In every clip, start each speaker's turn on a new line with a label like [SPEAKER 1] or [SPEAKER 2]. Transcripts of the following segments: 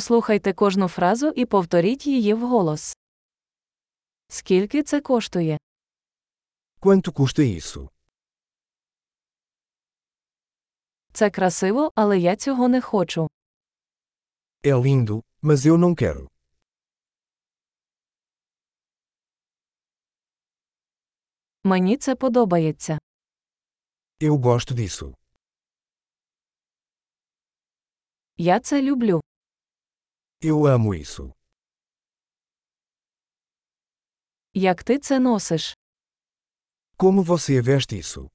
[SPEAKER 1] Послухайте кожну фразу і повторіть її вголос. Скільки це коштує?
[SPEAKER 2] Quanto custa isso?
[SPEAKER 1] Це красиво, але я цього не хочу.
[SPEAKER 2] É lindo, mas eu não quero.
[SPEAKER 1] Мені це подобається.
[SPEAKER 2] Eu gosto disso.
[SPEAKER 1] Я це люблю.
[SPEAKER 2] Eu amo isso.
[SPEAKER 1] Як ти це носиш?
[SPEAKER 2] Como você veste isso?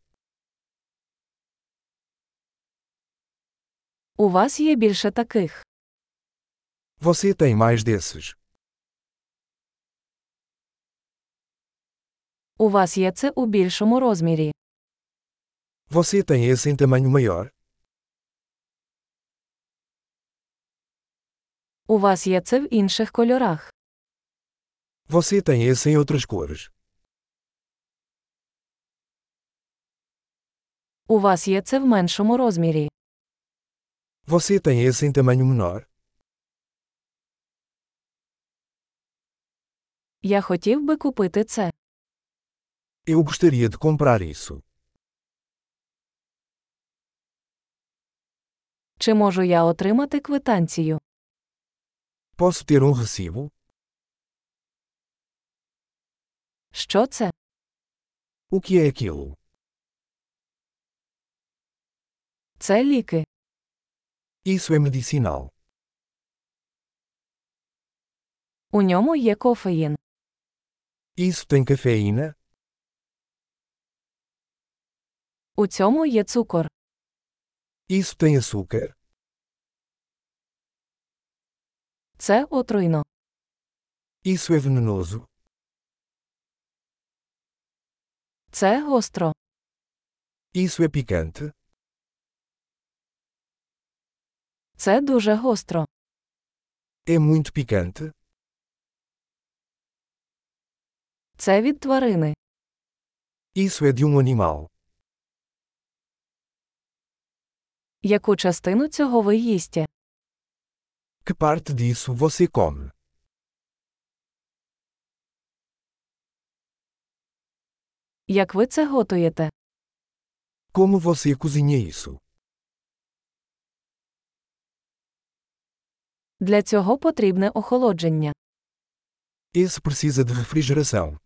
[SPEAKER 1] У вас є більше таких.
[SPEAKER 2] Você tem mais desses.
[SPEAKER 1] У вас є це у більшому розмірі.
[SPEAKER 2] Você tem esse em tamanho maior?
[SPEAKER 1] У вас є це в інших кольорах.
[SPEAKER 2] Você tem esse em outras cores?
[SPEAKER 1] У вас є це в меншому розмірі.
[SPEAKER 2] Você tem esse em tamanho menor?
[SPEAKER 1] Я хотів би купити це.
[SPEAKER 2] Eu gostaria de comprar isso.
[SPEAKER 1] Чи можу я отримати квитанцію?
[SPEAKER 2] Posso ter um recibo?
[SPEAKER 1] Що це?
[SPEAKER 2] O que é aquilo?
[SPEAKER 1] Це ліки.
[SPEAKER 2] Isso é medicinal.
[SPEAKER 1] У ньому є кофеїн.
[SPEAKER 2] Isso tem cafeína?
[SPEAKER 1] У цьому є цукор.
[SPEAKER 2] Isso tem açúcar?
[SPEAKER 1] Це отруйно.
[SPEAKER 2] Isso é venenoso?
[SPEAKER 1] Це гостро.
[SPEAKER 2] Isso é picante?
[SPEAKER 1] Це дуже гостро.
[SPEAKER 2] É muito picante?
[SPEAKER 1] Це від тварини.
[SPEAKER 2] Isso é de um animal.
[SPEAKER 1] Яку частину цього ви їсте?
[SPEAKER 2] Que parte disso você come?
[SPEAKER 1] Як ви це готуєте?
[SPEAKER 2] Como você cozinha isso?
[SPEAKER 1] Для цього потрібне охолодження.
[SPEAKER 2] Esse precisa de refrigeração.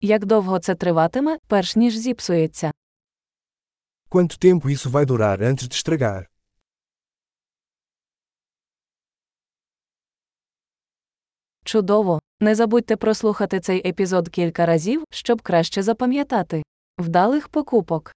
[SPEAKER 1] Як довго це триватиме, перш ніж зіпсується?
[SPEAKER 2] Quanto tempo isso vai durar antes de estragar?
[SPEAKER 1] Чудово! Не забудьте прослухати цей епізод кілька разів, щоб краще запам'ятати. Вдалих покупок!